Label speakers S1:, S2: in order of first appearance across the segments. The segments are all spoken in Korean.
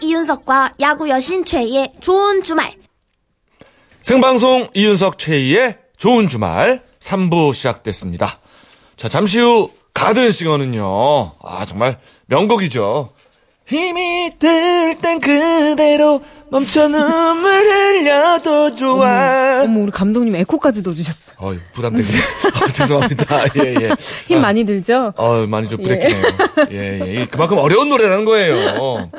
S1: 이윤석과 야구 여신 최희의 좋은 주말.
S2: 생방송 이윤석 최희의 좋은 주말 3부 시작됐습니다. 자, 잠시 후 가든싱어는요. 아, 정말 명곡이죠. 힘이 들 땐 그대로 멈춰 눈물 흘려도 좋아.
S3: 어머 우리 감독님 에코까지 넣어주셨어.
S2: 어, 부담되게. 어, 죄송합니다. 예, 예.
S3: 힘 많이 들죠?
S2: 어, 많이 좀 불했네요. 예. 예, 이 그만큼 어려운 노래라는 거예요.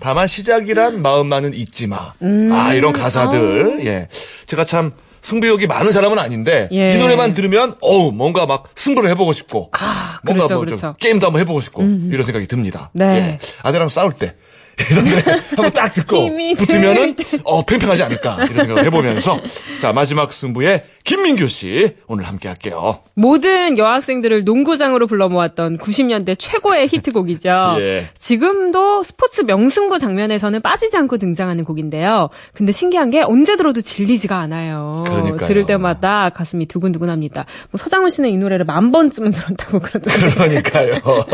S2: 다만 시작이란 마음만은 잊지 마. 아, 이런 가사들. 예. 제가 참 승부욕이 많은 사람은 아닌데
S3: 아. 예.
S2: 이 노래만 들으면 어우, 뭔가 막 승부를 해 보고 싶고.
S3: 아,
S2: 뭔가
S3: 그렇죠,
S2: 뭐 좀
S3: 그렇죠. 음.
S2: 게임도 한번 해 보고 싶고 이런 생각이 듭니다.
S3: 네.
S2: 예. 아들랑 싸울 때 이런 노래 한번 딱 듣고
S3: 힘이
S2: 붙으면은
S3: 들 때.
S2: 어, 팽팽하지 않을까 이런 생각을 해 보면서 자, 마지막 승부에 김민규 씨 오늘 함께 할게요.
S3: 모든 여학생들을 농구장으로 불러 모았던 90년대 최고의 히트곡이죠.
S2: 예.
S3: 지금도 스포츠 명승부 장면에서는 빠지지 않고 등장하는 곡인데요. 근데 신기한 게 언제 들어도 질리지가 않아요.
S2: 그러니까요.
S3: 들을 때마다 가슴이 두근두근합니다. 뭐 서장훈 씨는 이 노래를 만 번쯤은 들었다고 그러던데.
S2: 그러니까요.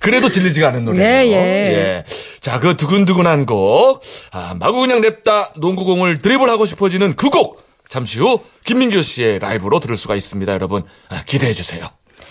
S2: 그래도 질리지가 않은 노래예요.
S3: 예, 예.
S2: 자, 그 두근두근한 곡. 아, 마구 그냥 냅다 농구공을 드리블하고 싶어지는 그 곡. 잠시 후 김민규 씨의 라이브로 들을 수가 있습니다, 여러분. 아, 기대해 주세요.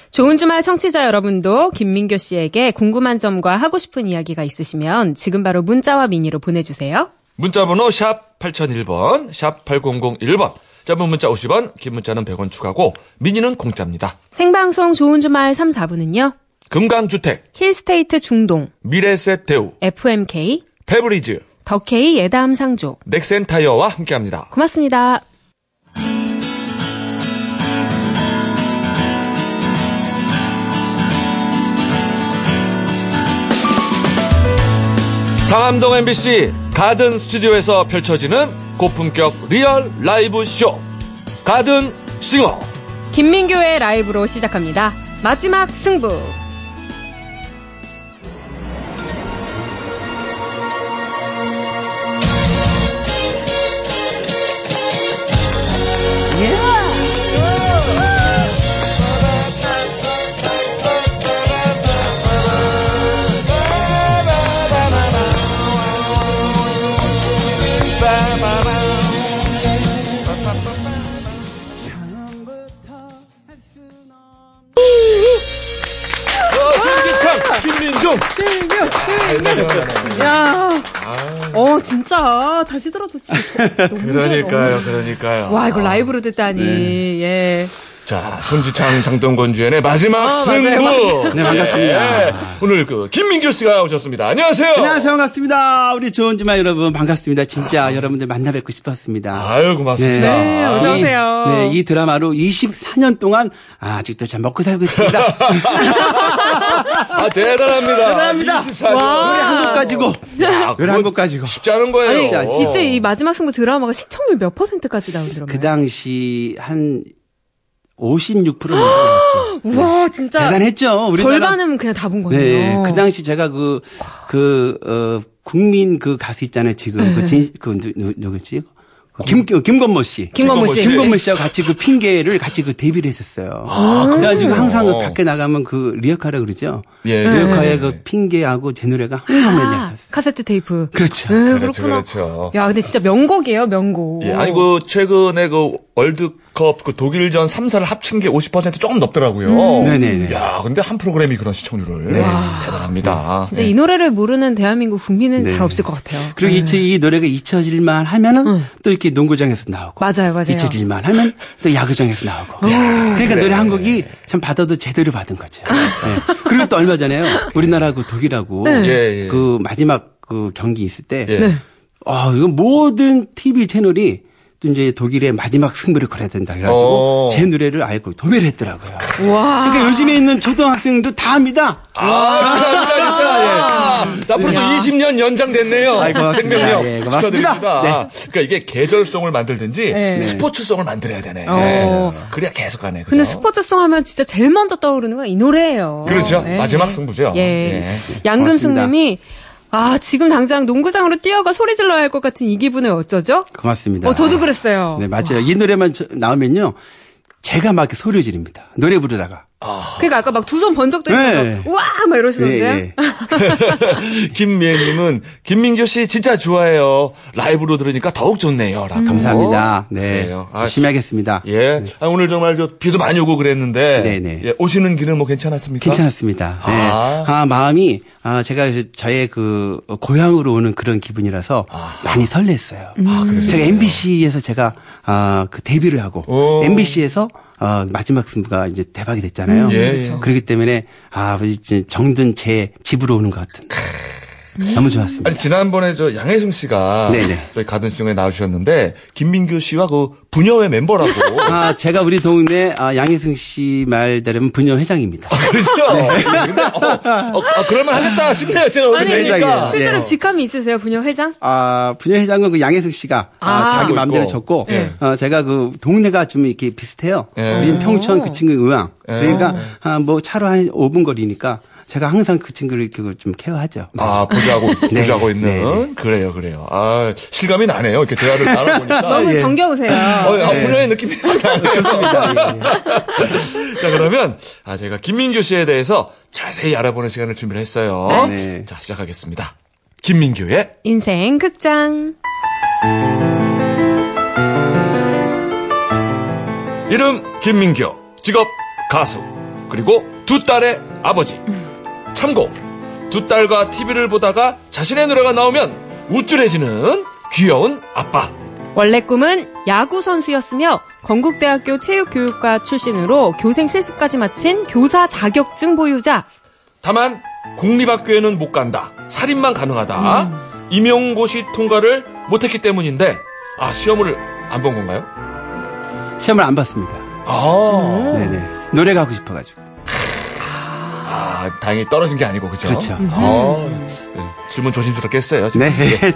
S3: 좋은 주말 청취자 여러분도 김민교 씨에게 궁금한 점과 하고 싶은 이야기가 있으시면 지금 바로 문자와 미니로 보내주세요.
S2: 문자 번호 샵 8001번, 샵 8001번. 짧은 문자 50원, 긴 문자는 100원 추가고 미니는 공짜입니다.
S3: 생방송 좋은 주말 3, 4부는요.
S2: 금강주택,
S3: 힐스테이트 중동,
S2: 미래셋 대우,
S3: FMK,
S2: 페브리즈,
S3: 더케이 예담 상조.
S2: 넥센타이어와 함께합니다.
S3: 고맙습니다.
S2: 상암동 MBC 가든 스튜디오에서 펼쳐지는 고품격 리얼 라이브 쇼 가든 싱어
S3: 김민규의 라이브로 시작합니다. 마지막 승부. 예!
S2: 신기창 김민종
S3: 민규,
S2: 아,
S3: 민규. 야. 어, 진짜. 다시 들어도 진짜. 너무
S2: 그러니까요 네. 그러니까요
S3: 좋아. 와, 이걸 라이브로 듣다니. 예.
S2: 자 손지창 장동건 주연의 마지막
S3: 아, 맞아요,
S2: 승부
S3: 맞아요.
S4: 네, 반갑습니다.
S2: 예. 오늘 그 김민규 씨가 오셨습니다 안녕하세요
S4: 안녕하세요. 반갑습니다. 우리 좋은 주말 여러분 반갑습니다. 진짜 여러분들 만나 뵙고 싶었습니다.
S2: 아유 고맙습니다
S4: 네.
S3: 네, 어서 오세요.
S4: 네, 이 드라마로 24년 동안 아, 직도잘 먹고 살고 있습니다.
S2: 아 대단합니다
S4: 대단합니다. 네.
S2: 24년.
S3: 와.
S4: 노래 한곡 가지고
S2: 야,
S4: 노래
S2: 아, 그거
S4: 한곡 가지고
S2: 쉽지 않은 거예요 어.
S3: 아니, 이때 이 마지막 승부 드라마가 시청률 몇 퍼센트까지 나오더라고요.
S4: 어. 그 당시 한 56% 정도 나왔죠.
S3: 우와, 진짜.
S4: 네. 대단했죠. 우리나라.
S3: 절반은 그냥 다 본 거네요.
S4: 네, 그 당시 제가 그, 그, 어, 국민 그 가수 있잖아요, 지금.
S3: 네.
S4: 그, 진, 그, 누, 누, 누구지? 그 김, 그 김건모 씨.
S3: 김건모 씨.
S2: 네.
S4: 김건모 씨하고 같이 그 핑계를 같이 그 데뷔를 했었어요.
S2: 아,
S4: 그래가지고 항상 그 밖에 나가면 그 리어카라 그러죠.
S2: 예,
S4: 리어카의
S2: 예.
S4: 그 핑계하고 제 노래가 항상 맨날
S3: 아,
S4: 있었어요.
S3: 카세트 테이프.
S4: 그렇죠.
S2: 그렇죠,
S3: 네, 그렇구나.
S2: 그렇죠.
S3: 야, 근데 진짜 명곡이에요, 명곡.
S2: 예, 아니 그 최근에 그 월드컵 그 독일전 3사를 합친 게 50% 조금 넘더라고요.
S4: 음. 네네네. 네.
S2: 야, 근데 한 프로그램이 그런 시청률을 대단합니다.
S3: 진짜 이 노래를 모르는 대한민국 국민은
S4: 네.
S3: 잘 없을 것 같아요.
S4: 그리고 이, 이 노래가 잊혀질만 하면은 또 이렇게 농구장에서 나오고.
S3: 맞아요, 어. 맞아요.
S4: 잊혀질만 하면 또 야구장에서 나오고. 그러니까 노래 한 곡이 참 받아도 제대로 받은 거죠. 네. 그리고 또 얼마 전에요. 우리나라 그 독일하고
S3: 네.
S2: 예, 예.
S4: 그 마지막 그 경기 있을 때.
S2: 예. 네.
S4: 아, 이거 모든 TV 채널이 또 이제 독일의 마지막 승부를 걸어야 된다. 그래가지고
S2: 어.
S4: 제 노래를 알고 도배를 했더라고요.
S3: 와.
S4: 그러니까 요즘에 있는 초등학생도 다 압니다.
S2: 아, 축하합니다, 진짜. 예. 앞으로 또 20년 연장됐네요.
S4: 아, 아이, 고맙습니다.
S2: 생명력
S4: 예, 고맙습니다.
S2: 축하드립니다.
S4: 네.
S2: 그러니까 이게 계절성을 만들든지
S3: 네.
S2: 스포츠성을 만들어야 되네.
S3: 어.
S2: 그래야 계속 가네. 그죠?
S3: 근데
S4: 그렇죠.
S3: 스포츠송 하면 진짜 제일 먼저 떠오르는 건 이 노래예요.
S4: 어.
S2: 그렇죠.
S4: 네.
S3: 예.
S2: 마지막 승부죠.
S3: 예.
S2: 예.
S3: 양금숙님이 아 지금 당장 농구장으로 뛰어가 소리 질러야 할 것 같은 이 기분을 어쩌죠?
S4: 고맙습니다.
S3: 어 저도 그랬어요.
S4: 네, 맞아요. 이 노래만 저- 나오면요. 제가 막 이렇게
S3: 아,
S4: 소리 지릅니다. 노래 부르다가.
S3: 그러니까 아까 막 두 손 번쩍 들면서
S4: 네.
S3: 우와 막 이러시던데.
S4: 예, 예.
S2: 김미애님은 김민교 씨 진짜 좋아해요. 라이브로 들으니까 더욱 좋네요. 라고.
S4: 음, 감사합니다. 네.
S2: 그래요. 아,
S4: 열심히 하겠습니다.
S2: 예. 아, 오늘 정말 저 비도 많이 오고 그랬는데
S4: 네네.
S2: 예, 오시는 길은 뭐 괜찮았습니까?
S4: 괜찮았습니다. 네.
S2: 아.
S4: 아. 마음이 아 제가 이제 저의 그 어, 고향으로 오는 그런 기분이라서
S2: 아.
S4: 많이 설렜어요.
S2: 음. 그러셨어요.
S4: 제가 MBC에서 제가 아, 그 데뷔를 하고
S2: 오.
S4: MBC에서 어, 마지막 승부가 이제 대박이 됐잖아요.
S2: 음, 예, 그렇죠.
S4: 그렇기 때문에 아 이제 정든 제 집으로 오는 것 같은.
S2: 음.
S4: 너무 좋았습니다.
S2: 아니 지난번에 저 양혜승 씨가
S4: 네네.
S2: 저희 가든 시청에 나와주셨는데 김민교 씨와 그 부녀회 멤버라고.
S4: 아, 제가 우리 동네 아, 양혜승 씨 말 따르면 분녀 회장입니다.
S2: 그렇죠.
S4: 네.
S2: 근데 어, 어, 어, 그럴만 하겠다 싶네요. 제가 오늘
S3: 아니, 그러니까.
S2: 되니까.
S4: 회장이에요.
S3: 실제로
S4: 예.
S3: 직함이 있으세요, 부녀 회장?
S4: 아, 분녀 회장은 그 양혜승 씨가 아,
S3: 아.
S4: 자기
S2: 하고
S4: 마음대로
S2: 있고.
S4: 졌고,
S2: 예.
S4: 어, 제가 그 동네가 좀 이렇게 비슷해요.
S2: 예.
S4: 우린 평촌 그 친구 의왕.
S2: 예.
S4: 그러니까 아, 뭐 차로 한 5분 거리니까 제가 항상 그 친구를 이렇게 좀 케어하죠.
S2: 아, 보자고,
S4: 네.
S2: 보자고 있는.
S4: 네,
S2: 그래요, 그래요. 아, 실감이 나네요. 이렇게 대화를 나눠보니까.
S3: 너무
S4: 예.
S3: 정겨우세요.
S2: 어, 아, 분야의 느낌이 좋습니다. 예, 자, 그러면, 아, 제가 김민규 씨에 대해서 자세히 알아보는 시간을 준비를 했어요.
S4: 네.
S2: 자, 시작하겠습니다. 김민규의
S3: 인생 극장.
S2: 이름 김민규, 직업 가수, 그리고 두 딸의 아버지. 참고, 두 딸과 TV를 보다가 자신의 노래가 나오면 우쭐해지는 귀여운 아빠.
S3: 원래 꿈은 야구 선수였으며 건국대학교 체육교육과 출신으로 교생 실습까지 마친 교사 자격증 보유자.
S2: 다만 공립학교에는 못 간다. 살인만 가능하다. 임용고시 통과를 못했기 때문인데 아 시험을 안 본 건가요?
S4: 시험을 안 봤습니다.
S2: 아,
S4: 네네. 노래가 하고 싶어가지고.
S2: 아 다행히 떨어진 게 아니고 그죠?
S4: 그렇죠.
S2: 아, 네. 질문 조심스럽게 했어요. 지금.
S4: 네.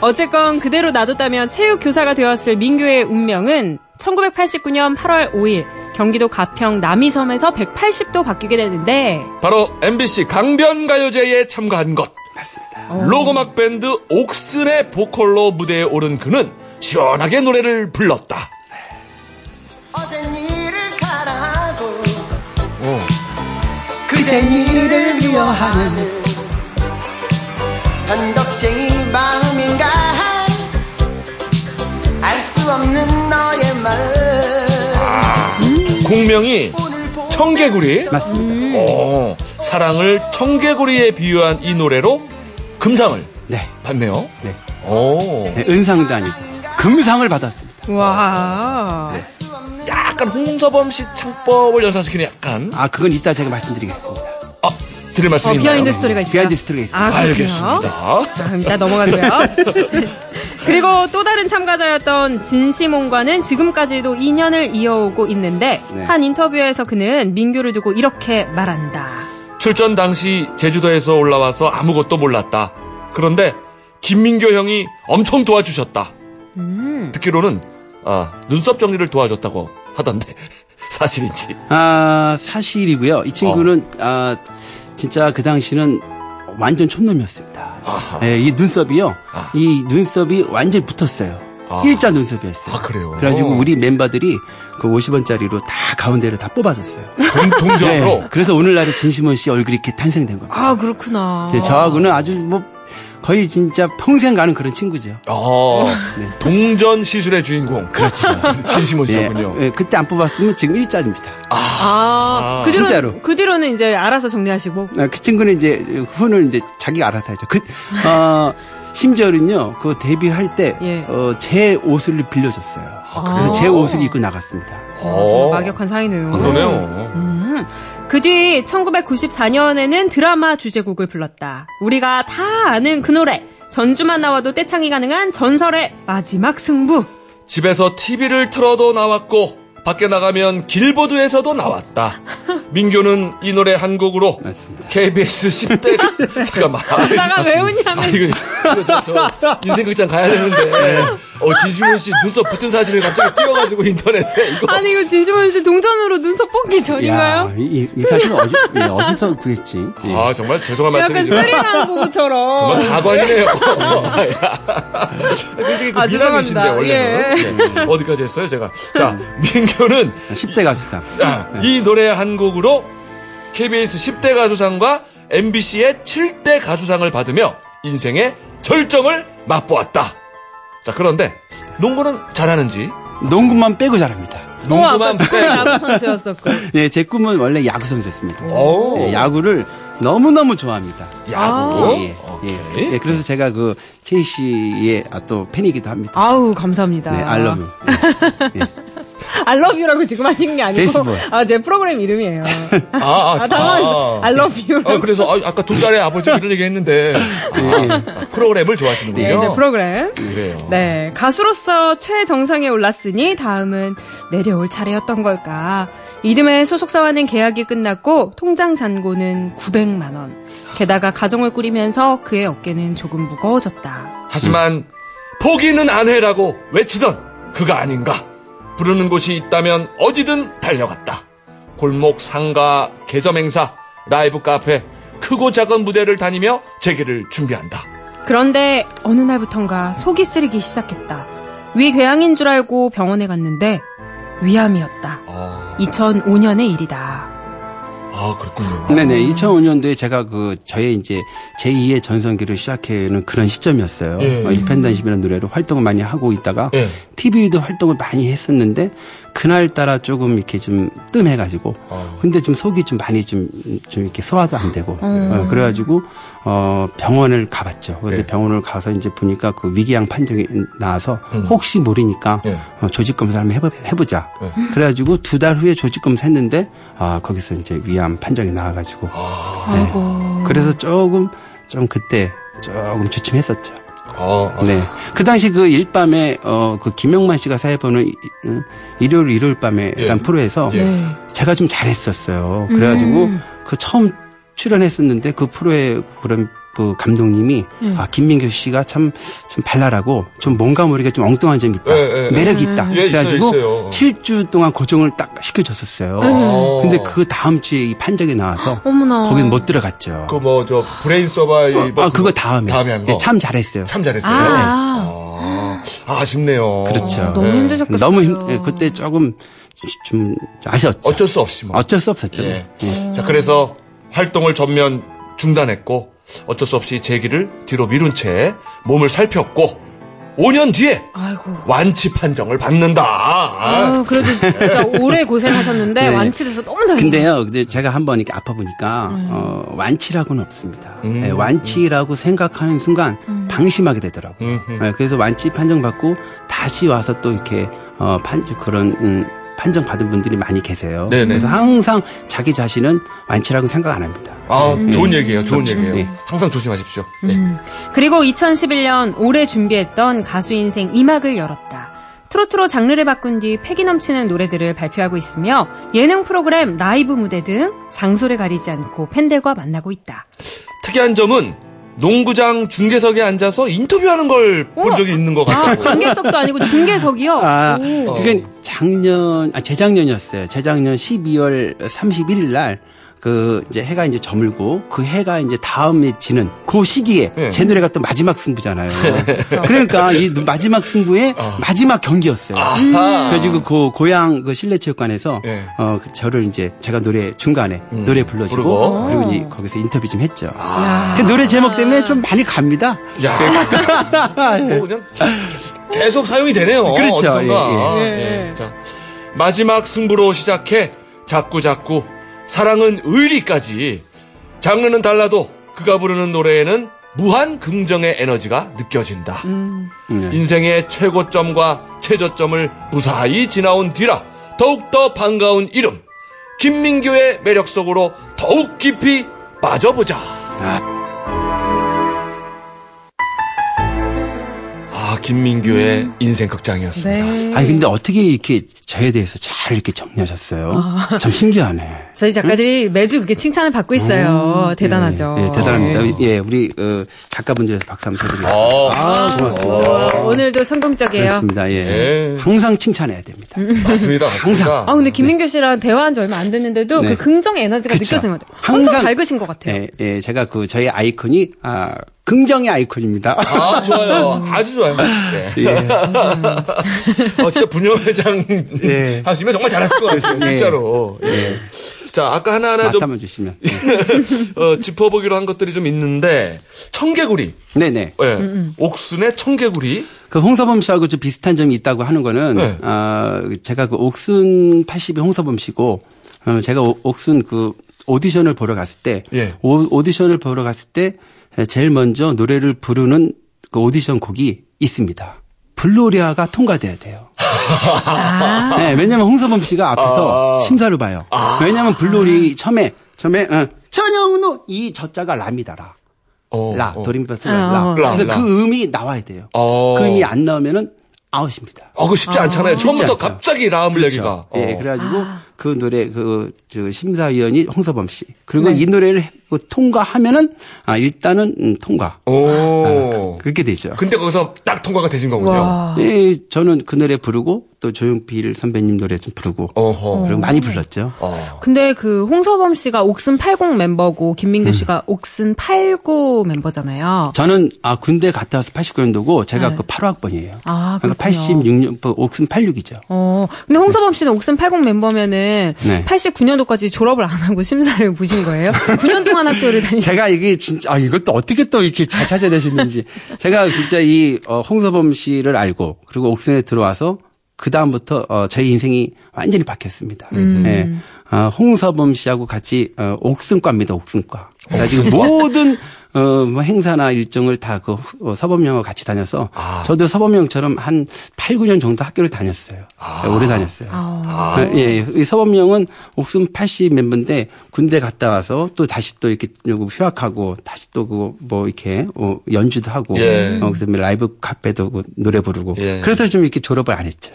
S3: 어쨌건 그대로 놔뒀다면 체육교사가 되었을 민규의 운명은 1989년 8월 5일 경기도 가평 남이섬에서 180도 바뀌게 되는데
S2: 바로 MBC 강변가요제에 참가한 것. 어.
S4: 맞습니다.
S2: 로고막 밴드 옥슨의 보컬로 무대에 오른 그는 시원하게 노래를 불렀다.
S5: 어젠 일을 사랑하고
S2: 오.
S5: 그댄 일을 미워하는 변덕쟁이 마음인가 알 수 없는 너의 마음
S2: 공명이
S5: 오늘 보
S2: 청개구리.
S4: 맞습니다.
S2: 어, 사랑을 청개구리에 비유한 이 노래로 금상을
S4: 네.
S2: 받네요.
S4: 네.
S2: 오.
S4: 네, 은상도 아니고 금상을 받았습니다.
S3: 와
S2: 약간 홍서범 씨 창법을 연상시키는 약간
S4: 아, 그건 이따 제가 말씀드리겠습니다. 네.
S2: 아 드릴
S3: 어,
S2: 말씀이 있나요?
S3: 비하인드 스토리가 있어요.
S4: 비하인드 스토리가 있습니다.
S3: 아, 그렇군요.
S2: 알겠습니다.
S3: 자, 그럼 일단 넘어가고요. 그리고 또 다른 참가자였던 진시몬과는 지금까지도 인연을 이어오고 있는데
S4: 네.
S3: 한 인터뷰에서 그는 민규를 두고 이렇게 말한다.
S2: 출전 당시 제주도에서 올라와서 아무것도 몰랐다. 그런데 김민교 형이 엄청 도와주셨다.
S3: 음.
S2: 듣기로는 아, 눈썹 정리를 도와줬다고 하던데 사실인지.
S4: 아, 사실이고요. 이 친구는 아, 진짜 그 당시는 완전 촌놈이었습니다.
S2: 아하.
S4: 예, 이 눈썹이요.
S2: 아.
S4: 이 눈썹이 완전히 붙었어요.
S2: 아.
S4: 일자 눈썹이었어요.
S2: 아, 그래요?
S4: 그래가지고 우리 멤버들이 그 50원짜리로 다 가운데로 다 뽑아줬어요.
S2: 동, 동전으로
S4: 네, 그래서 오늘날의 진심원 씨 얼굴이 이렇게 탄생된 겁니다.
S3: 아 그렇구나.
S4: 네, 저하고는 아주 뭐 거의 진짜 평생 가는 그런 친구죠.
S2: 어,
S4: 네.
S2: 동전 시술의 주인공. 그렇죠. 진심원
S4: 예,
S2: 씨군요.
S4: 예, 그때 안 뽑았으면 지금 일자입니다.
S3: 아,
S2: 아,
S3: 그 뒤로
S4: 진짜로.
S3: 그 뒤로는 이제 알아서 정리하시고.
S4: 아, 그 친구는 이제 후는 이제 자기가 알아서 하죠. 그, 어, 심지어는요, 그 데뷔할 때,
S3: 예. 아.
S4: 어, 제 옷을 빌려줬어요. 그래서 제 옷을 입고 나갔습니다.
S2: 어.
S3: 막역한 음. 사이네요.
S4: 아,
S2: 그러네요.
S3: 그 뒤 1994년에는 드라마 주제곡을 불렀다. 우리가 다 아는 그 노래. 전주만 나와도 떼창이 가능한 전설의 마지막 승부.
S2: 집에서 TV를 틀어도 나왔고 밖에 나가면 길보드에서도 나왔다. 민교는 이 노래 한 곡으로
S4: 맞습니다.
S2: KBS 10대 잠깐만.
S3: 나가 왜
S2: 아,
S3: 우냐면
S2: 이거, 이거 저, 저 인생 극장 가야 되는데. 어, 진심원 씨 눈썹 붙은 사진을 갑자기 띄워가지고 인터넷에 이거.
S3: 아니 이거 진심원 씨 동전으로 눈썹 뽑기
S4: 야,
S3: 전인가요?
S4: 이, 이 사실 어디, 예, 어디서 구했지? 예.
S2: 아, 정말 죄송한
S3: 약간
S2: 말씀이지만.
S3: 스릴한
S2: 정말
S3: 부부처럼.
S2: 가관이네요. 굉장히 그
S3: 예. 아,
S2: 미남이신데,
S3: 죄송합니다. 예.
S2: 원래는. 네. 어디까지 했어요, 제가? 자, 민교는
S4: 10대 가수상.
S2: 아, 이 노래 한 곡으로 KBS 10대 가수상과 MBC의 7대 가수상을 받으며 인생의 절정을 맛보았다. 자, 그런데 농구는 잘하는지
S4: 농구만 빼고 잘합니다.
S2: 농구만
S3: 어, 아까
S2: 빼.
S3: 야구 선수였었고.
S4: 예, 제 꿈은 원래 야구 선수였습니다.
S2: 오.
S4: 예, 야구를 너무너무 좋아합니다.
S2: 야구.
S4: 예,
S2: 오케이.
S4: 예, 예, 그래서 제가 그 첼시의 아, 또 팬이기도 합니다.
S3: 아우 감사합니다.
S4: 네, 알러뷰.
S3: 알러뷰라고 지금 하신 게 아니고
S4: 베이스볼.
S3: 아 제 프로그램 이름이에요.
S2: 아, 아,
S3: 아 당황했어.
S2: 아.
S3: 알러뷰.
S2: 아, 그래서 아, 아까 두 딸의 아버지 이런 얘기 했는데 아, 아, 프로그램을 좋아하시는군요.
S3: 네, 제 프로그램.
S2: 그래요.
S3: 네, 가수로서 최정상에 올랐으니 다음은 내려올 차례였던 걸까. 이듬해 소속사와는 계약이 끝났고 통장 잔고는 900만 원. 게다가 가정을 꾸리면서 그의 어깨는 조금 무거워졌다.
S2: 하지만 포기는 안 해라고 외치던 그가 아닌가. 부르는 곳이 있다면 어디든 달려갔다. 골목, 상가, 개점 행사, 라이브 카페, 크고 작은 무대를 다니며 재기를 준비한다.
S3: 그런데 어느 날부턴가 속이 쓰리기 시작했다. 위궤양인 줄 알고 병원에 갔는데 위암이었다.
S2: 아,
S3: 2005년의 일이다.
S2: 아 그렇군요.
S4: 네네. 2005년도에 제가 그 저의 이제 제2의 전성기를 시작하는 그런 시점이었어요.
S2: 예.
S4: 어, 일편단심이라는 노래로 활동을 많이 하고 있다가
S2: 예.
S4: TV도 활동을 많이 했었는데 그날 따라 조금 이렇게 좀 뜸해가지고
S2: 어.
S4: 근데 좀 속이 좀 많이 좀, 좀 이렇게 소화도 안 되고 어, 그래가지고 어 병원을 가봤죠. 근데
S2: 예.
S4: 병원을 가서 이제 보니까 그 위궤양 판정이 나와서 혹시 모르니까
S2: 음. 예.
S4: 어, 조직 검사를 한번 해보, 해보자. 그래가지고 두 달 후에 조직 검사 했는데 아 거기서 이제 위암 판정이 나와가지고
S2: 아.
S3: 아이고.
S4: 네. 그래서 조금 좀 그때 조금 주춤했었죠.
S2: 아, 아,
S4: 네. 그 당시 그 일밤에 어 그 김영만 씨가 사회보는 이- 음, 일요일 일요일 밤에
S2: 예.
S4: 란 프로에서
S2: 예.
S3: 네.
S4: 제가 좀 잘했었어요. 그래가지고 그 처음 출연했었는데 그 프로에 그런 그 감독님이
S3: 예.
S4: 아 김민규 씨가 참 좀 발랄하고 좀 뭔가 모르게 좀 엉뚱한 점이 있다,
S2: 예, 예.
S4: 매력이 있다.
S2: 예, 있어요,
S4: 그래가지고
S2: 있어요.
S4: 7주 동안 고정을 딱 시켜줬었어요.
S2: 음.
S4: 근데 그 다음 주에 이 판정이 나와서
S3: 예. 어머나.
S4: 거긴 못 들어갔죠.
S2: 그 뭐 저 브레인 서바이버
S4: 아 그거 다음에
S2: 다음에 한 거.
S4: 예, 참 잘했어요.
S2: 참 잘했어요. 네.
S3: 아.
S2: 아, 아쉽네요.
S4: 그렇죠.
S3: 너무
S2: 네.
S3: 힘드셨겠어요.
S4: 너무 힘, 예, 그때 조금 좀 아쉬웠죠.
S2: 어쩔 수 없이 뭐.
S4: 어쩔 수 없었죠.
S2: 예.
S4: 음.
S2: 자, 그래서 활동을 전면 중단했고 어쩔 수 없이 재기를 뒤로 미룬 채 몸을 살폈고 5년 뒤에
S3: 아이고.
S2: 완치 판정을 받는다. 아,
S3: 아유, 그래도 진짜 오래 고생하셨는데
S4: 네.
S3: 완치돼서 너무 다행이네요.
S4: 근데요, 근데 제가 한번 이렇게 아파 보니까
S3: 음.
S4: 어, 완치라고는 없습니다.
S2: 음.
S4: 예, 완치라고 생각하는 순간
S3: 음.
S4: 방심하게 되더라고요.
S2: 음흠.
S4: 예, 그래서 완치 판정 받고 다시 와서 또 이렇게 어, 판 그런 음, 판정 받은 분들이 많이 계세요.
S2: 네네.
S4: 그래서 항상 자기 자신은 완치라고 생각 안 합니다.
S2: 아, 좋은 얘기예요. 좋은
S4: 음. 그렇죠. 음.
S2: 얘기예요.
S4: 예.
S2: 항상 조심하십시오. 네.
S3: 그리고 2011년 올해 준비했던 가수 인생 2막을 열었다. 트로트로 장르를 바꾼 뒤 패기 넘치는 노래들을 발표하고 있으며 예능 프로그램, 라이브 무대 등 장소를 가리지 않고 팬들과 만나고 있다.
S2: 특이한 점은 농구장 중계석에 앉아서 인터뷰하는 걸 본
S3: 어?
S2: 적이 있는 것
S3: 아,
S2: 같아요.
S3: 관객석도 아니고 중계석이요?
S4: 아,
S3: 오.
S4: 그게
S2: 어.
S4: 작년, 아, 재작년이었어요. 재작년 12월 31일 날, 그, 이제 해가 이제 저물고, 그 해가 이제 다음에 지는, 그 시기에,
S2: 예. 그렇죠.
S4: 제 노래가 또 마지막 승부잖아요. 그러니까, 이 마지막 승부의 마지막 경기였어요.
S2: 아. 아하.
S4: 그래가지고, 그, 고향, 그 실내체육관에서,
S2: 예.
S4: 어, 그 저를 이제, 제가 노래 중간에,
S2: 음,
S4: 노래 불러주고,
S2: 부르고. 아.
S4: 그리고 이제 거기서 인터뷰 좀 했죠. 그 노래 제목 때문에 좀 많이 갑니다.
S2: 야, 뭐 그냥 계속 사용이 되네요.
S4: 그렇죠.
S2: 어디선가.
S3: 예, 예.
S2: 아, 예. 자, 마지막 승부로 시작해 자꾸 자꾸 사랑은 의리까지 장르는 달라도 그가 부르는 노래에는 무한 긍정의 에너지가 느껴진다.
S4: 네.
S2: 인생의 최고점과 최저점을 무사히 지나온 뒤라 더욱더 반가운 이름 김민규의 매력 속으로 더욱 깊이 빠져보자. 아 김민규의
S4: 음.
S2: 인생 극장이었습니다.
S3: 네.
S4: 아니 근데 어떻게 이렇게 저에 대해서 잘 이렇게 정리하셨어요?
S3: 아.
S4: 참 신기하네.
S3: 저희 작가들이 매주 그렇게 칭찬을 받고 있어요. 대단하죠. 네.
S4: 예, 예, 대단합니다. 예, 우리 어, 작가분들에서 박수 한번 쳐드리겠습니다.
S2: 어.
S4: 아, 고맙습니다.
S3: 어, 오늘도 성공적이에요. 음,
S4: 그렇습니다. 예.
S2: 예.
S4: 항상 칭찬해야 됩니다.
S2: 맞습니다. 맞습니다.
S3: 아, 근데 김민규 씨랑 대화한 지 얼마 안 됐는데도
S4: 네.
S3: 그 긍정 에너지가
S4: 그쵸.
S3: 느껴지는 것 같아요. 엄청
S4: 항상-
S3: 밝으신 것 같아요.
S4: 예, 예, 제가 그 저희 아이콘이 아, 긍정의 아이콘입니다.
S2: 아, 좋아요.
S4: 음.
S2: 아주 좋아요. 네. 어, 진짜 분녀회장
S4: 예.
S2: 하시면 정말 잘하실 것 같아요.
S4: 예.
S2: 진짜로. 예. 자, 아까 하나하나 좀
S4: 맞다만 주시면.
S2: 어, 짚어보기로 한 것들이 좀 있는데 청개구리,
S4: 네네.
S2: 예,
S4: 음.
S2: 옥순의 청개구리,
S4: 그 홍서범 씨하고 좀 비슷한 점이 있다고 하는 거는
S2: 네.
S4: 아, 제가 그 옥순 80이 홍서범 씨고 어, 제가 오- 옥순 그 오디션을 보러 갔을 때
S2: 예.
S4: 오, 디션을 보러 갔을 때 제일 먼저 노래를 부르는 그 오디션 곡이 있습니다. 블로리아가 통과돼야 돼요. 네, 왜냐면 홍서범 씨가 앞에서
S2: 아.
S4: 심사를 봐요. 왜냐면 블로리 처음에 처음에 어, 전영노 이 저자가 라미다라.
S2: 어,
S4: 라
S2: 어.
S4: 도림바스
S3: 어.
S4: 라.
S2: 라,
S4: 그래서
S2: 라.
S4: 그 음이 나와야 돼요.
S2: 어.
S4: 그 음이 안 나오면은 아웃입니다.
S2: 어, 그 쉽지 않잖아요. 처음부터
S4: 않죠.
S2: 갑자기 라음 얘기가.
S4: 예,
S2: 어.
S4: 그래가지고
S3: 아.
S4: 그 노래 그 저, 심사위원이 홍서범 씨. 그리고
S3: 네.
S4: 이 노래를 그 통과하면은 아 일단은 음, 통과.
S2: 오.
S4: 아, 그렇게 되죠.
S2: 근데 거기서 딱 통과가 되신 거군요.
S3: 와.
S4: 예, 저는 그 노래 부르고 또 조용필 선배님 노래 좀 부르고
S2: 어허.
S4: 그리고 많이 불렀죠.
S2: 어.
S3: 근데 그 홍서범 씨가 옥슨 80 멤버고 김민규
S4: 음.
S3: 씨가 옥슨 89 멤버잖아요.
S4: 저는 아 군대 갔다 와서 89년도고 제가
S3: 네.
S4: 그 8학번이에요.
S3: 아,
S4: 그러니까
S3: 그렇군요.
S4: 86년 옥순 86이죠.
S3: 어, 근데 홍서범 씨는 옥슨 80 멤버면은
S4: 네.
S3: 89년도까지 졸업을 안 하고 심사를 보신 거예요? 9년 동안 학교를 다니신
S4: 제가 이게 진짜 아 이걸 또 어떻게 또 이렇게 잘 찾아내셨는지 제가 진짜 이 어, 홍서범 씨를 알고 그리고 옥순에 들어와서 그 다음부터 어, 저희 인생이 완전히 바뀌었습니다. 예. 아, 홍서범 씨하고 같이 어, 옥순과입니다. 옥순과. 그러니까 그래가지고 모든 어, 뭐 행사나 일정을 다 그 서범 형하고 같이 다녀서
S2: 아.
S4: 저도 서범 형처럼 한 8, 9년 정도 학교를 다녔어요. 네, 오래 다녔어요. 아, 예, 예. 이 서범영은 옥순 80 멤버인데 군대 갔다 와서 또 다시 또 이렇게 요거 휴학하고 다시 또 그 뭐 이렇게 어, 연주도 하고
S2: 예.
S4: 어, 그다음에 라이브 카페도 그 노래 부르고
S2: 예. 아.
S4: 그래서 좀 이렇게 졸업을 안 했죠.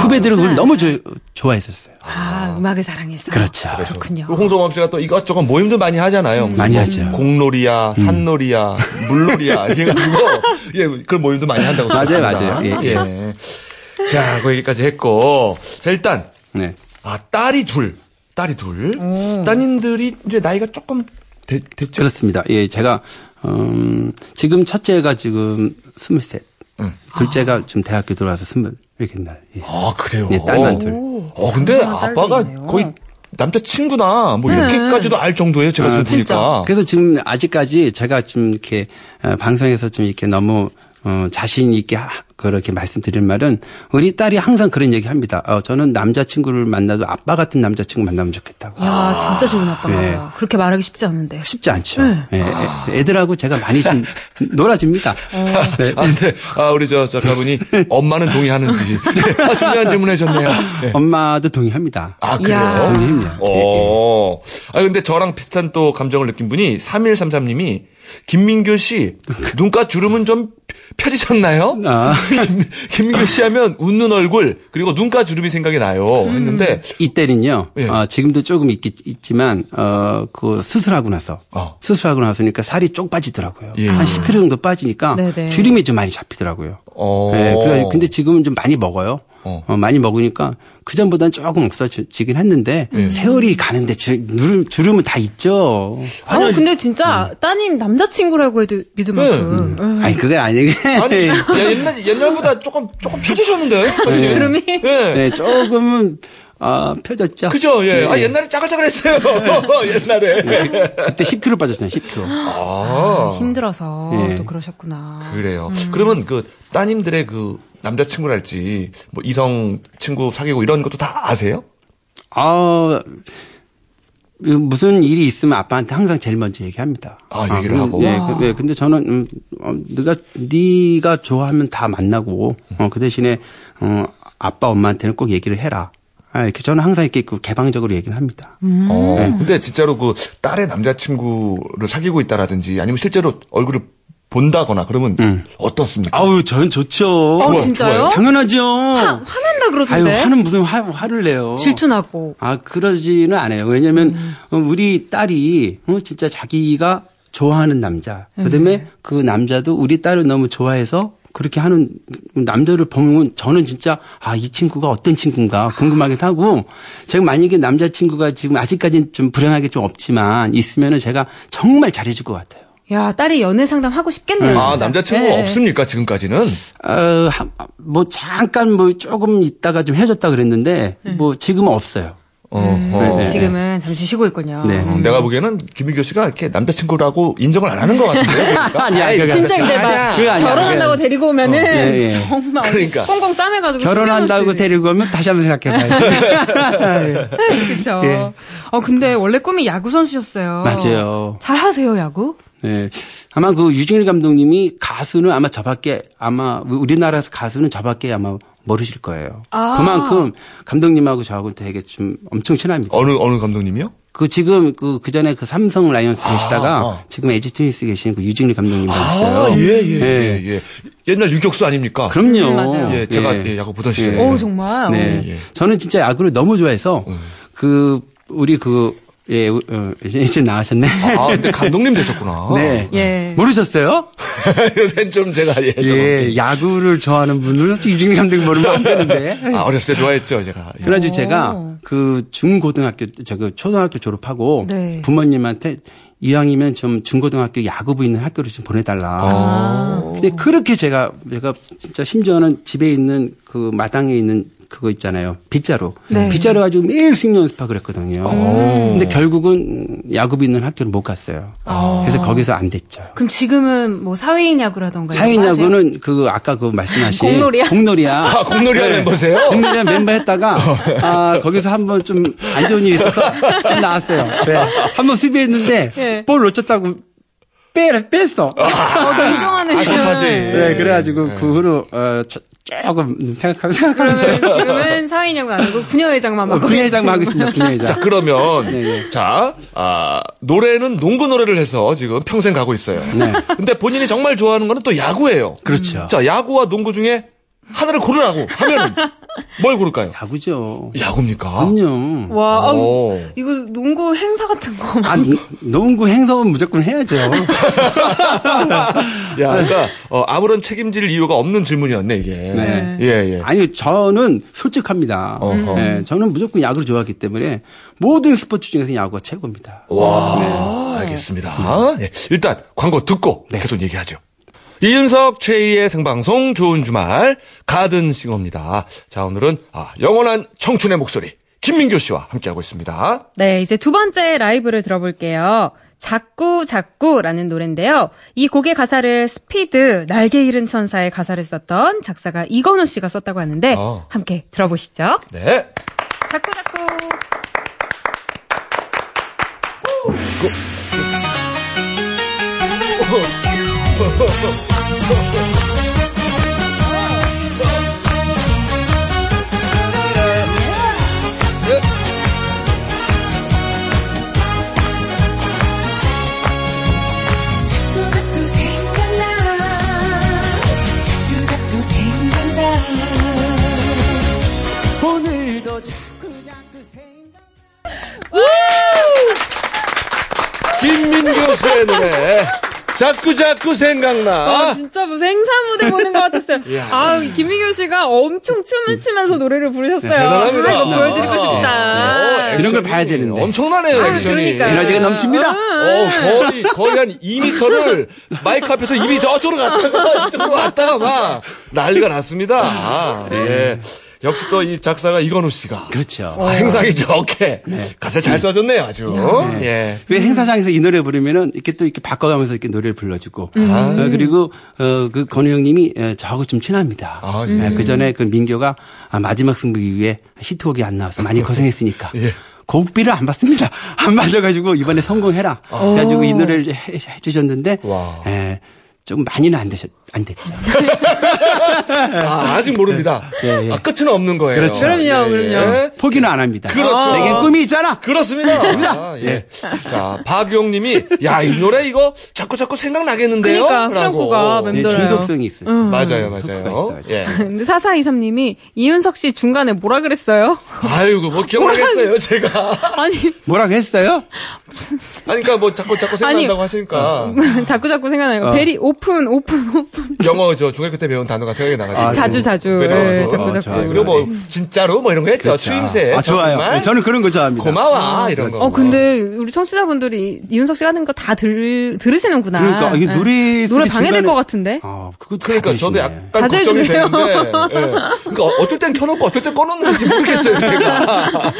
S4: 후배들은 그걸 너무 조- 좋아했었어요.
S3: 아, 음악을 사랑해서.
S4: 그렇죠.
S3: 그렇군요.
S2: 그 홍성범 씨가 또 이것저것 모임도 많이 하잖아요. 무슨
S4: 음. 많이
S2: 뭐
S4: 하죠. 음.
S2: 공놀이야, 산놀이야, 물놀이야 이렇게 해가지고 예, 그런 모임도 많이 한다고
S4: 맞아요,
S2: 들었습니다.
S4: 맞아요. 예,
S2: 예. 자, 그 얘기까지 했고 자 일단
S4: 네.
S2: 아 딸이 둘, 딸이 둘, 따님들이 이제 나이가 조금 되, 됐죠.
S4: 그렇습니다. 예, 제가 음, 지금 첫째가 지금 23.
S2: 음.
S4: 둘째가 지금 대학교 들어와서 20 이렇게 날. 예.
S2: 아 그래요.
S4: 예, 딸만 둘.
S2: 어 근데
S3: 딸도
S2: 아빠가
S3: 있네요. 네.
S2: 거의 남자 친구나 뭐 이렇게까지도 알 정도예요. 제가 지금 보니까.
S4: 아, 그래서 지금 아직까지 제가 좀 이렇게 어, 방송에서 좀 이렇게 너무 어, 자신 있게 하- 그렇게 말씀드릴 말은 우리 딸이 항상 그런 얘기 합니다. 어, 저는 남자친구를 만나도 아빠 같은 남자친구 만나면 좋겠다고.
S3: 야, 진짜 좋은 아빠다.
S4: 네.
S3: 그렇게 말하기 쉽지 않은데. 어,
S4: 쉽지 않죠. 예, 애- 애들하고 제가 많이 좀 놀아줍니다. 네.
S2: 아, 네. 아, 우리 저 작가분이 엄마는 동의하는지. 아, 중요한 질문 해주셨네요. 네.
S4: 엄마도 동의합니다.
S2: 아, 그래요?
S3: 이야.
S4: 동의합니다. 예, 예.
S2: 어. 아, 근데 저랑 비슷한 또 감정을 느낀 분이 3133님이 김민교 씨, 눈가 주름은 좀 펴지셨나요?
S4: 아.
S2: 김- 김민교 씨 하면 웃는 얼굴, 그리고 눈가 주름이 생각이 나요. 했는데,
S4: 이때는요.
S2: 예.
S4: 어, 지금도 조금 있지만 어그 수술하고 나서
S2: 어.
S4: 수술하고 나서니까 살이 쪽 빠지더라고요.
S2: 예.
S4: 한 10kg 정도 빠지니까
S3: 네네.
S4: 주름이 좀 많이 잡히더라고요.
S2: 어.
S4: 예, 그래 근데 지금은 좀 많이 먹어요.
S2: 어.
S4: 어, 많이 먹으니까 그 전보다는 조금 없어지긴 했는데
S2: 예.
S4: 세월이 가는데 주, 름 주름은 다 있죠.
S3: 아 근데 진짜
S4: 음.
S3: 따님 남자친구라고 해도 믿을 만큼. 응.
S4: 아니 그게 아니게 예.
S2: 아니, 야, 옛날, 옛날보다 조금, 조금 펴지셨는데? 사실.
S3: 주름이?
S2: 예.
S4: 네, 조금은 아 펴졌죠.
S2: 그죠, 예. 아,
S4: 네.
S2: 옛날에 짜글짜글했어요.
S4: 예.
S2: 옛날에.
S4: 그때 10kg 빠졌잖아요. 10kg.
S2: 아.
S3: 음, 힘들어서
S4: 예.
S3: 또 그러셨구나.
S2: 그래요. 그러면 그 따님들의 그 남자친구랄지 뭐 이성 친구 사귀고 이런 것도 다 아세요?
S4: 아 그 무슨 일이 있으면 아빠한테 항상 제일 먼저 얘기합니다.
S2: 아, 얘기를
S4: 그,
S2: 하고.
S4: 예, 그, 예, 근데 저는 음, 어, 네가 네가 좋아하면 다 만나고 어, 그 대신에 어, 아빠 엄마한테는 꼭 얘기를 해라. 아, 이렇게 저는 항상 이렇게 그 개방적으로 얘기를 합니다.
S3: 음.
S2: 어. 근데 진짜로 그 딸의 남자친구를 사귀고 있다라든지 아니면 실제로 얼굴을 본다거나 그러면
S4: 음.
S2: 어떻습니까?
S4: 아우, 저는 좋죠.
S3: 어, 진짜요?
S4: 당연하죠.
S3: 화, 화낸다
S4: 아유,
S3: 그러던데.
S4: 화는 무슨 화, 화를 내요.
S3: 질투나고.
S4: 아, 그러지는 않아요. 왜냐면, 어, 우리 딸이, 어, 진짜 자기가 좋아하는 남자. 그 다음에 그 남자도 우리 딸을 너무 좋아해서 그렇게 하는 남자를 보면 저는 진짜, 아, 이 친구가 어떤 친구인가 궁금하기도 하고, 제가 만약에 남자친구가 지금 아직까지는 좀 불행하게 좀 없지만, 있으면은 제가 정말 잘해줄 것 같아요.
S3: 야, 딸이 연애 상담 하고 싶겠네요.
S2: 아,
S3: 진짜.
S2: 남자친구
S3: 네.
S2: 가 없습니까 지금까지는?
S4: 어, 한- 뭐, 잠깐 뭐, 조금 있다가 좀 헤어졌다 그랬는데, 뭐, 지금은 없어요.
S2: 어허.
S4: 네, 네.
S3: 지금은 잠시 쉬고 있군요.
S4: 네.
S2: 음, 내가 보기에는 김민교 씨가 이렇게 남자친구라고 인정을 안 하는 것 같은데. 그러니까.
S4: 아니야,
S2: 에이,
S4: 그거 아니야.
S3: 진짜 근데 막
S4: 그거 아니야,
S3: 결혼한다고
S4: 그거
S3: 데리고 오면은
S4: 어, 예, 예.
S3: 정말
S2: 그러니까.
S3: 꽁꽁 싸매가지고
S4: 결혼한다고 데리고 오면 다시 한번 생각해봐야죠.
S3: 그렇죠.
S4: 예.
S3: 어 근데 원래 꿈이 야구 선수셨어요.
S4: 맞아요.
S3: 잘하세요 야구?
S4: 네. 아마 그 유진일 감독님이 가수는 아마 저밖에 아마 우리나라에서 가수는 저밖에 아마 모르실 거예요.
S3: 아.
S4: 그만큼 감독님하고 저하고 되게 좀 엄청 친합니다.
S2: 어느, 어느 감독님이요?
S4: 그 지금 그 그전에 그 삼성 라이언스 계시다가
S2: 어.
S4: 지금 LG 트윈스 계신 그 유진일 감독님
S2: 아,
S4: 계셨어요.
S2: 예, 예, 예, 예. 옛날 유격수 아닙니까?
S4: 그럼요.
S3: 음, 맞아요. 아,
S2: 예, 제가 예, 야구 보던 시절에.
S3: 오 정말.
S4: 네.
S2: 예. 음.
S4: 저는 진짜 야구를 너무 좋아해서 그 우리 그 예, 어, 이제 나가셨네.
S2: 아, 근데 감독님 되셨구나.
S4: 네.
S3: 예.
S4: 모르셨어요?
S2: 요새는 좀 제가 예, 좀.
S4: 예, 야구를 좋아하는 분을 유진일 감독 모르면 안 되는데.
S2: 아, 어렸을 때 좋아했죠, 제가. 예.
S4: 그래가지고
S3: 오.
S4: 제가 그 중고등학교 저 그 초등학교 졸업하고
S3: 네.
S4: 부모님한테 이왕이면 좀 중고등학교 야구부 있는 학교로 좀 보내달라.
S3: 아.
S4: 근데 그렇게 제가 제가 진짜 심지어는 집에 있는 그 마당에 있는 그거 있잖아요 빗자루
S3: 네. 음.
S4: 빗자루 가지고 매일 승리 연습하고 그랬거든요. 근데 결국은 야구부 있는 학교를 못 갔어요.
S3: 아.
S4: 그래서 거기서 안 됐죠.
S3: 어. 그럼 지금은 뭐 사회인 야구라던가 이런 거 하세요?
S4: 사인야구는 그 아까 그 말씀하신
S3: 공놀이야?
S4: 공놀이야.
S2: 아, 공놀이하는 멤버세요?
S4: 공놀이야 멤버 했다가 아 거기서 한번 좀 안 좋은 일이 있어서 좀 나왔어요. 한번 수비했는데
S3: 예.
S4: 볼 놓쳤다고 빼 뺐어.
S3: 어, 냉정하네.
S2: 아, 전파지.
S4: 아, 네, 그래가지고 그 후로 어, 저- 조금 생각하고 생각하면서
S3: 그러면 지금은 사회인 야구 아니고 부녀회장만
S4: 어,
S3: 맡고
S4: 분야회장 하고
S2: 자,
S4: 있습니다. 분야회장.
S2: 그러면,
S4: 네.
S2: 자, 아, 노래는 농구 노래를 해서 지금 평생 가고 있어요. 근데 본인이 정말 좋아하는 거는 또 야구예요.
S4: 그렇죠.
S2: 자, 야구와 농구 중에 하나를 고르라고 하면 뭘 고를까요?
S4: 야구죠.
S2: 야구입니까?
S4: 음.
S2: 어.
S4: 그럼요.
S3: 와, 어, 아우,
S2: 오.
S3: 이거 농구 행사 같은 거. 막
S4: 아 농- 농구 행성은 무조건 해야죠.
S2: 야, 그러니까 어, 아무런 책임질 이유가 없는 질문이었네 이게.
S4: 네.
S2: 예, 예.
S4: 아니 저는 솔직합니다.
S2: 어허.
S4: 네, 저는 무조건 야구를 좋아하기 때문에 모든 스포츠 중에서 야구가 최고입니다.
S2: 와, 알겠습니다. 예, 일단 광고 듣고 계속 얘기하죠. 이윤석 최희의 생방송 좋은 주말 가든싱어입니다. 자, 오늘은 아, 영원한 청춘의 목소리 김민교 씨와 함께하고 있습니다.
S3: 네, 이제 두 번째 라이브를 들어볼게요. 자꾸 자꾸라는 노래인데요. 이 곡의 가사를 스피드 날개 잃은 천사의 가사를 썼던 작사가 이건우 씨가 썼다고 하는데
S2: 어.
S3: 함께 들어보시죠.
S2: 네.
S3: 자꾸 자꾸.
S6: 자꾸 자꾸 생각나 자꾸 자꾸 생각나
S5: 오늘도 자꾸 자꾸 생각
S2: 김민교 씨의 노래 자꾸 자꾸
S3: 아,
S2: 생각나.
S3: 진짜 무슨 행사 무대 보는 것 같았어요.
S2: 예.
S3: 아, 김민규 씨가 엄청 춤을 추면서 노래를 부르셨어요.
S2: 네, 대단합니다.
S3: 아, 이거 보여드리고 싶다.
S2: 어,
S4: 이런 걸
S2: 액션이
S4: 봐야 되는데.
S2: 엄청나네요,
S3: 아,
S2: 액션이.
S3: 그러니까요.
S4: 에너지가 넘칩니다.
S2: 어, 거의, 거의 한 2m를 마이크 앞에서 입이 저쪽으로 갔다가 이쪽으로 왔다가 막 난리가 났습니다. 아, 예. 역시 또 이 작사가 이건우 씨가.
S4: 그렇죠.
S2: 아, 행상이 좋게 가사를 잘 네. 써줬네요, 아주. 예.
S4: 왜 행사장에서 이 노래 부르면은 이렇게 또 이렇게 바꿔가면서 이렇게 노래를 불러주고
S2: 음.
S4: 어, 그리고 어, 그 건우 형님이 에, 저하고 좀 친합니다.
S2: 아, 예.
S4: 그 전에 그 민교가 아, 마지막 승부기 위해 히트곡이 안 나와서 많이
S2: 아,
S4: 고생했으니까.
S2: 예.
S4: 곡비를 안 받습니다. 안 받아가지고 이번에 성공해라. 그래가지고 이 노래를 해, 해 주셨는데
S2: 와.
S4: 에, 좀 많이는 안 되셨 안 됐죠.
S2: 아, 직 모릅니다.
S4: 예, 예.
S2: 아, 끝은 없는 거예요.
S4: 그렇죠.
S3: 그럼요, 그럼요.
S4: 포기는 안 합니다.
S2: 예? 그렇죠.
S4: 내겐 꿈이 있잖아.
S2: 그렇습니다. 아, 예. 자, 박용님이, 야, 이 노래 이거 자꾸자꾸 생각나겠는데요?
S3: 그러니까,
S2: 라고.
S3: 후렴구가 맴-
S4: 예,
S3: 힘들어요. 음.
S4: 중독성이 있어요.
S2: 맞아요,
S4: 후렴구가
S2: 맞아요.
S4: 있어요.
S2: 예.
S3: 근데 4423님이 이윤석 씨 중간에 뭐라 그랬어요?
S2: 아이고, 뭐 기억나겠어요, 제가.
S3: 아니,
S4: 뭐라고 했어요?
S2: 아니, 그러니까 뭐 자꾸 자꾸 생각난다고
S3: 아니. 어.
S2: 하시니까
S3: 자꾸 자꾸 생각나요.
S4: 어.
S3: 베리 오픈 오픈 오픈.
S2: 영어 저 중학교 때 배운 단어가 생각이 나가지고
S3: 아,
S2: 네,
S3: 자주 자주. 예, 자꾸 자꾸.
S4: 어, 자,
S2: 그리고 뭐 진짜로 뭐 이런 거 했죠 추임새
S4: 아, 좋아요.
S2: 정말
S4: 예, 저는 그런 거 좋아합니다.
S2: 고마워 이런 거
S3: 어 근데 우리 청취자분들이 이윤석 씨가 하는 거 다 들 들으시는구나. 예.
S4: 그러니까 이게
S3: 노래
S4: 노래 소리
S3: 방해될
S4: 중간에-
S3: 것 같은데.
S4: 아, 그거 다
S2: 그러니까
S4: 들으시네.
S2: 저도 약간
S3: 다들
S2: 걱정이 어,
S3: 주세요.
S2: 되는데 예. 그러니까 어쩔 땐 켜놓고 어쩔 땐 꺼놓는지 모르겠어요 제가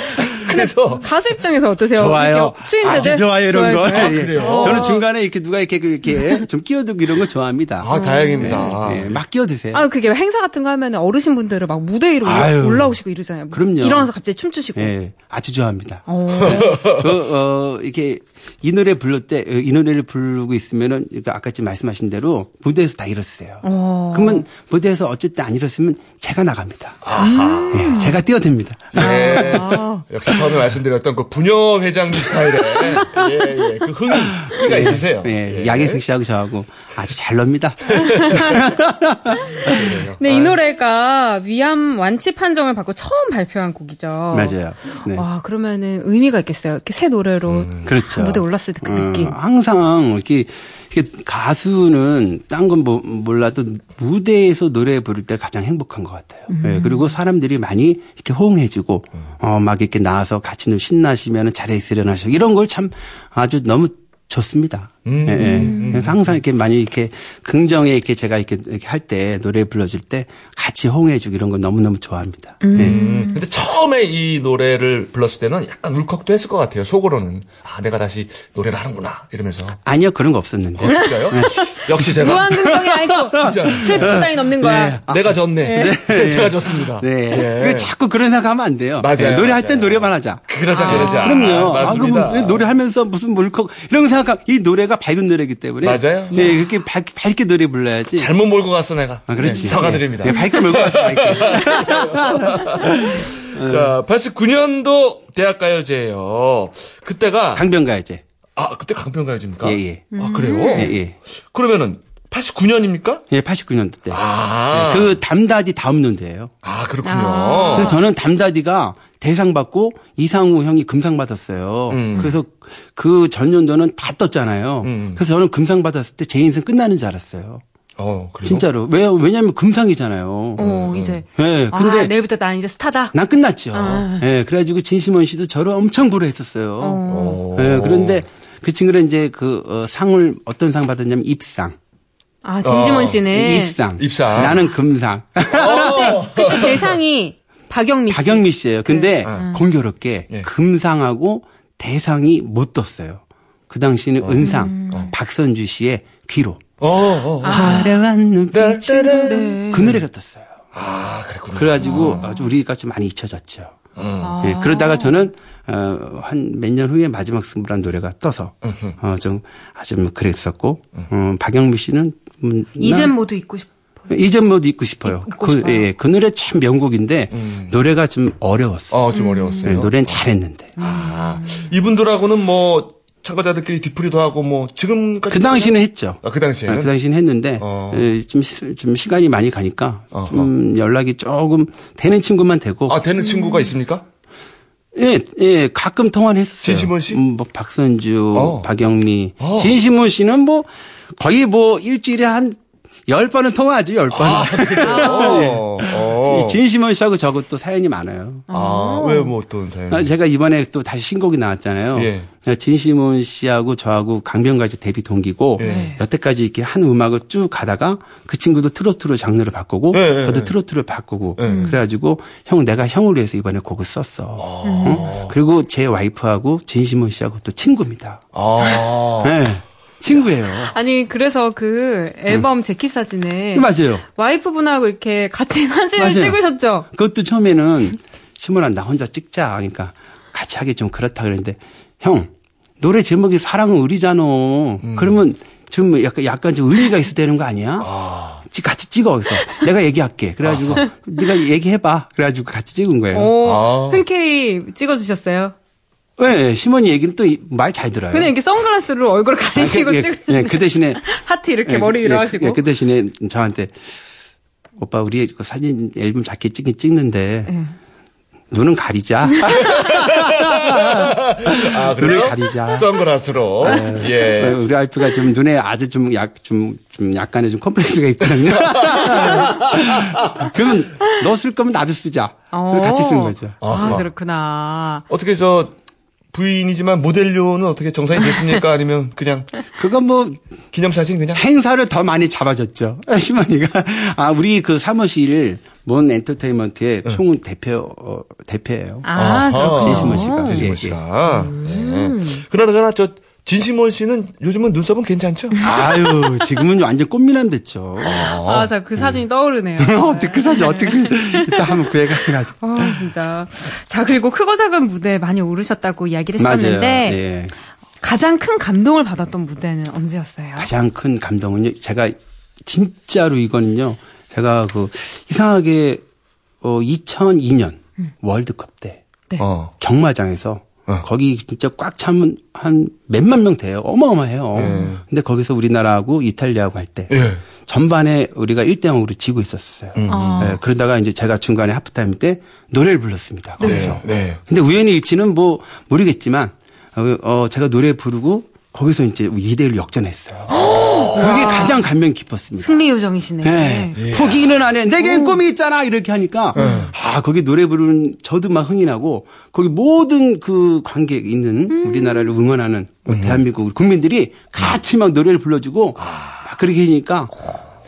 S2: 그래서
S3: 가수 입장에서 어떠세요?
S4: 좋아요.
S3: 이렇게 수인자들
S4: 아주 좋아요 이런
S3: 좋아요,
S4: 거.
S3: 좋아요. 어.
S4: 예. 저는 중간에 이렇게 누가 이렇게 이렇게 좀 끼어들고 이런 거 좋아합니다.
S2: 아 다행입니다.
S4: 예, 막 끼어드세요.
S3: 아 그게 왜 행사 같은 거 하면 어르신분들은 막 무대 위로 올라-
S4: 아유.
S3: 올라오시고 이러잖아요.
S4: 그럼요.
S3: 일어나서 갑자기 춤추시고.
S4: 예, 아주 좋아합니다.
S3: 어.
S4: 그, 어, 이렇게 이 노래 부를 때, 어, 이 노래를 부르고 있으면은, 그러니까 아까 지금 말씀하신 대로 무대에서 다 일었어요.
S3: 어.
S4: 그러면 무대에서 어쩔 때 안 일었으면 제가 나갑니다. 예, 제가 뛰어듭니다.
S2: 예.
S3: 아.
S2: 역시 처음에 말씀드렸던 그 분녀 회장님 스타일의 예, 예. 그 흥이 끼가 있으세요.
S4: 예, 양혜승 씨하고 저하고 아주 잘 놉니다.
S3: 네, 이 노래가 위암 완치 판정을 받고 처음 발표한 곡이죠.
S4: 맞아요. 네.
S3: 어. 와, 그러면은 의미가 있겠어요. 이렇게 새 노래로
S4: 그렇죠.
S3: 무대 올랐을 때 그
S4: 음,
S3: 느낌.
S4: 항상 이렇게, 이렇게 가수는 딴 건 뭐, 몰라도 무대에서 노래 부를 때 가장 행복한 것 같아요.
S3: 음.
S4: 예, 그리고 사람들이 많이 이렇게 호응해주고
S2: 음.
S4: 어, 막 이렇게 나와서 같이 좀 신나시면 자리에 있으려나시고 이런 걸 참 아주 너무 좋습니다.
S2: 음.
S4: 예, 예.
S3: 음.
S4: 그래서 항상 이렇게 많이 이렇게 긍정에 이렇게 제가 이렇게, 이렇게 할 때 노래 불러줄 때 같이 호응해주고 이런 걸 너무너무 좋아합니다. 예.
S2: 음, 근데 처음에 이 노래를 불렀을 때는 약간 울컥도 했을 것 같아요. 속으로는 아 내가 다시 노래를 하는구나 이러면서.
S4: 아니요, 그런 거 없었는데.
S2: 어, 진짜요?
S4: 네.
S2: 역시 제가
S3: 무한긍정이 아니고
S2: 진짜.
S3: 슬픔
S4: 예.
S3: 따윈 없는 거야.
S2: 내가 졌네. 네, 제가 졌습니다.
S4: 네.
S2: 예.
S4: 그 자꾸 그런 생각하면 안 돼요.
S2: 맞아요,
S4: 예, 노래할
S2: 맞아요.
S4: 땐 노래만 하자.
S2: 그러자 그러자.
S4: 그럼요. 아, 그럼
S2: 맞습니다.
S4: 왜 노래하면서 무슨 물컥 이런 생각 이 노래가 밝은 노래이기 때문에
S2: 맞아요.
S4: 네, 그렇게 밝, 게 노래 불러야지.
S2: 잘못 몰고 갔어 내가.
S4: 아, 그렇지.
S2: 네, 사과드립니다.
S4: 예, 예, 밝게 몰고 가서 밝게. 음.
S2: 자, 89년도 대학가요제예요. 그때가
S4: 강변가야제.
S2: 아 그때 강변가요제입니까?
S4: 예, 예.
S2: 아 그래요?
S4: 예, 예.
S2: 그러면은 89년입니까?
S4: 예, 89년도 때.
S2: 아, 그,
S4: 그 담다디 다음 년도예요.
S2: 아 그렇군요.
S4: 그래서 저는 담다디가 대상 받고 이상우 형이 금상 받았어요.
S2: 음.
S4: 그래서 그 전년도는 다 떴잖아요. 그래서 저는 금상 받았을 때 제 인생 끝나는 줄 알았어요.
S2: 어, 그래요?
S4: 진짜로. 왜 왜냐면 금상이잖아요.
S3: 어, 이제.
S4: 예, 근데
S3: 아, 내일부터 난 이제 스타다.
S4: 난 끝났죠.
S3: 아.
S4: 예, 그래가지고 진심원 씨도 저를 엄청 부러했었어요.
S2: 어.
S4: 예, 그런데 그 친구는 이제 그 어, 상을 어떤 상 받았냐면 입상.
S3: 아, 진심원
S2: 어,
S3: 씨는
S4: 입상.
S2: 입상.
S4: 나는 금상.
S3: 그때 대상이 박영미 씨.
S4: 박영미 씨예요. 근데 공교롭게
S2: 아. 예.
S4: 금상하고 대상이 못 떴어요. 그 당시는 은상,
S2: 음.
S4: 박선주 씨의 귀로.
S2: 어, 어, 어.
S4: 화려한 눈빛으로
S2: 따라란.
S4: 그 노래가 떴어요.
S2: 아, 그랬군요.
S4: 그래가지고 아주 우리가 좀 많이 잊혀졌죠.
S2: 음.
S4: 예, 그러다가 저는 어, 한 몇 년 후에 마지막 승부란 노래가 떠서 어, 좀 아주 뭐 그랬었고 어, 박영미 씨는 음,
S3: 이젠
S4: 난-
S3: 모두 잊고 싶어.
S4: 이젠 못 잊고 싶어요.
S3: 잊고
S4: 그,
S3: 싶어요.
S4: 예, 그 노래 참 명곡인데 노래가 좀
S2: 음.
S4: 어려웠어요.
S2: 어, 좀
S4: 예,
S2: 어려웠어요.
S4: 노래는 잘했는데
S2: 아, 이분들하고는 뭐, 참가자들끼리 뒤풀이도 하고, 뭐, 지금까지.
S4: 그 당시는 했죠.
S2: 아, 그 당시에는?
S4: 아, 그 당시는 했는데
S2: 어.
S4: 예, 좀, 시- 좀 시간이 많이 가니까
S2: 어허.
S4: 좀 연락이 조금 되는 친구만 되고
S2: 아, 되는 친구가 있습니까?
S4: 예, 예, 가끔 통화는 했었어요.
S2: 진심원 씨?
S4: 음, 뭐 박선주,
S2: 어.
S4: 박영미.
S2: 어.
S4: 진심원 씨는 뭐 거의 뭐 일주일에 한 열번은 통화하죠, 열번 아, 예.
S2: 어, 아, 어.
S4: 진심원 씨하고 저하고 또 사연이 많아요.
S2: 아, 왜 뭐 어떤 사연?
S4: 아, 제가 이번에 또 다시 신곡이 나왔잖아요.
S2: 예.
S4: 진심원 씨하고 저하고 강변까지 데뷔 동기고
S2: 예.
S4: 여태까지 이렇게 한 음악을 쭉 가다가 그 친구도 트로트로 장르를 바꾸고
S2: 예, 예,
S4: 저도
S2: 예.
S4: 트로트를 바꾸고
S2: 예.
S4: 그래가지고 형 내가 형을 위해서 이번에 곡을 썼어.
S2: 아.
S4: 응? 그리고 제 와이프하고 진심원 씨하고 또 친구입니다.
S2: 아.
S4: 예. 친구예요.
S3: 아니 그래서 그 앨범 재킷 사진에
S4: 음. 맞아요.
S3: 와이프분하고 이렇게 같이 사진을
S4: 맞아요.
S3: 찍으셨죠.
S4: 그것도 처음에는 신문아 나 혼자 찍자. 그러니까 같이 하기 좀 그렇다 그랬는데 형 노래 제목이 사랑은 의리잖아.
S3: 음.
S4: 그러면 좀뭐 약간 약간 좀 의리가 있어야 되는 거 아니야? 찍- 같이 찍어 그래서 내가 얘기할게. 그래가지고
S3: 아.
S4: 네가 얘기해봐. 그래가지고 같이 찍은 거예요.
S3: 오,
S2: 아.
S3: 어, 흔쾌히 찍어주셨어요.
S4: 네, 시몬이 얘기는 또 말 잘 들어요.
S3: 근데 이렇게 선글라스로 얼굴 가리시고
S4: 아, 그, 예,
S3: 찍으셨는
S4: 예, 그 대신에
S3: 하트 이렇게
S4: 예,
S3: 머리 위로
S4: 예,
S3: 하시고.
S4: 예, 그 대신에 저한테 오빠 우리 그 사진 앨범 작게 찍긴 찍는데
S3: 예.
S4: 눈은 가리자.
S2: 아, 그래요?
S4: 눈을 가리자.
S2: 선글라스로.
S4: 어,
S2: 예.
S4: 우리 알프가 좀 눈에 아주 좀 약 좀 좀 약간의 좀 컴플렉스가 있거든요. 그러면 너 쓸 거면 나도 쓰자.
S3: 어.
S4: 같이 쓴 거죠.
S3: 아,
S2: 아.
S3: 그렇구나.
S2: 어떻게 저, 부인이지만 모델료는 어떻게 정산이 됐습니까? 아니면 그냥
S4: 그건 뭐
S2: 기념사진 그냥?
S4: 행사를 더 많이 잡아줬죠. 시몬이가 아 우리 그 사무실 몬 엔터테인먼트의 총은 대표 어, 대표예요.
S3: 아, 그렇군요.
S4: 진심원 씨가. 음.
S2: 진심원
S4: 예,
S2: 씨가. 예. 그러나 저 진심원 씨는 요즘은 눈썹은 괜찮죠?
S4: 네. 아유 지금은 완전 꽃미남 됐죠. 어.
S3: 아, 자, 그
S4: 음.
S3: 사진이 떠오르네요.
S4: 어떻게 그 사지 어떻게 일단 하면 구애가 해가지고.
S3: 아, 진짜. 자, 그리고 크고 작은 무대 많이 오르셨다고 이야기를
S4: 맞아요.
S3: 했었는데
S4: 예.
S3: 가장 큰 감동을 받았던 무대는 언제였어요?
S4: 가장 큰 감동은요. 제가 진짜로 이거는요. 제가 그 이상하게 어 2002년 월드컵 때
S3: 네.
S2: 어.
S4: 경마장에서
S2: 어.
S4: 거기 진짜 꽉 차면 한 몇만 명 돼요. 어마어마해요. 근데 거기서 우리나라하고 이탈리아하고 할 때
S2: 예. 음.
S4: 전반에 우리가 1대 0으로 지고 있었어요. 예, 그러다가 이제 제가 중간에 하프타임 때 노래를 불렀습니다. 거기서.
S2: 네. 네.
S4: 근데 우연히 일치는 뭐 모르겠지만 어, 어, 제가 노래 부르고 거기서 이제 2대1로 역전했어요. 그게 가장 감명 깊었습니다.
S3: 승리 요정이시네.
S4: 네. 포기는 안 해. 내겐 꿈이 있잖아. 이렇게 하니까
S2: 네.
S4: 아 거기 노래 부르는 저도 막 흥이 나고 거기 모든 그 관객 있는
S2: 음.
S4: 우리나라를 응원하는 뭐 대한민국 우리 국민들이 같이 막 노래를 불러주고
S2: 아.
S4: 막 그렇게 하니까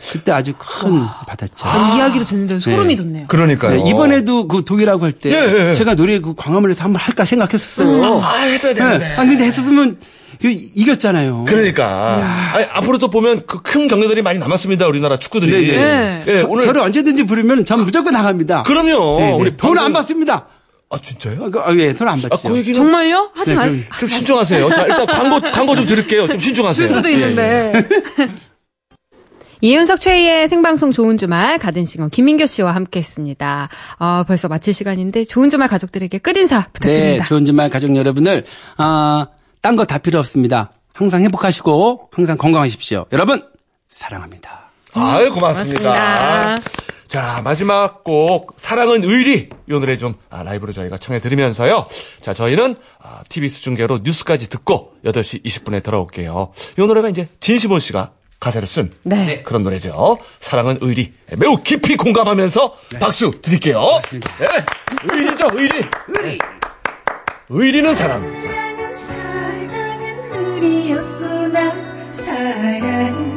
S4: 그때 아주 큰 받았죠.
S3: 아, 이 이야기로 듣는데 소름이
S4: 네.
S3: 돋네요.
S2: 그러니까요.
S4: 네, 이번에도 그 독일하고 할 때
S2: 예, 예.
S4: 제가 노래 그 광화문에서 한번 할까 생각했었어요.
S2: 아, 했어야
S4: 네.
S2: 되는데.
S4: 아 근데 했었으면 이- 이겼잖아요. 네.
S2: 그러니까. 아니, 앞으로 또 보면 그 큰 경기들이 많이 남았습니다. 우리나라 축구들이.
S4: 네,
S3: 네.
S2: 예,
S4: 저,
S2: 오늘
S4: 를 언제든지 부르면 전 무조건 나갑니다.
S2: 그럼요. 어, 우리
S4: 우리 돈안
S2: 방금-
S4: 받습니다.
S2: 아, 진짜요?
S4: 아, 그, 아, 예, 돈안
S2: 아,
S4: 받죠.
S2: 그 얘기는
S3: 정말요? 하지
S4: 네,
S3: 마.
S4: 그럼-
S2: 좀 신중하세요. 자, 일단 광고 광고 좀 드릴게요. 좀
S4: 예.
S2: 신중하세요. 예,
S3: 줄 수도 있는데. 이윤석 최희의 생방송 좋은 주말 가든 싱어 김민교 씨와 함께했습니다. 어, 벌써 마칠 시간인데 좋은 주말 가족들에게 끝인사
S4: 네,
S3: 부탁드립니다.
S4: 좋은 주말 가족 여러분들, 아, 딴 거 다 필요 없습니다. 항상 행복하시고 항상 건강하십시오. 여러분 사랑합니다.
S2: 아유, 고맙습니다.
S3: 음, 고맙습니다.
S2: 자, 마지막 곡, 사랑은 의리. 이 노래 좀 아, 라이브로 저희가 청해드리면서요. 자, 저희는 아, TV 수중계로 뉴스까지 듣고 8시 20분에 돌아올게요. 이 노래가 이제 진시몬 씨가 가사를 쓴
S3: 네.
S2: 그런 노래죠. 사랑은 의리. 매우 깊이 공감하면서 박수 드릴게요. 네. 의리죠, 의리. 의리. 의리는 사랑.
S6: 사랑은 사랑은 흐리였구나 사랑은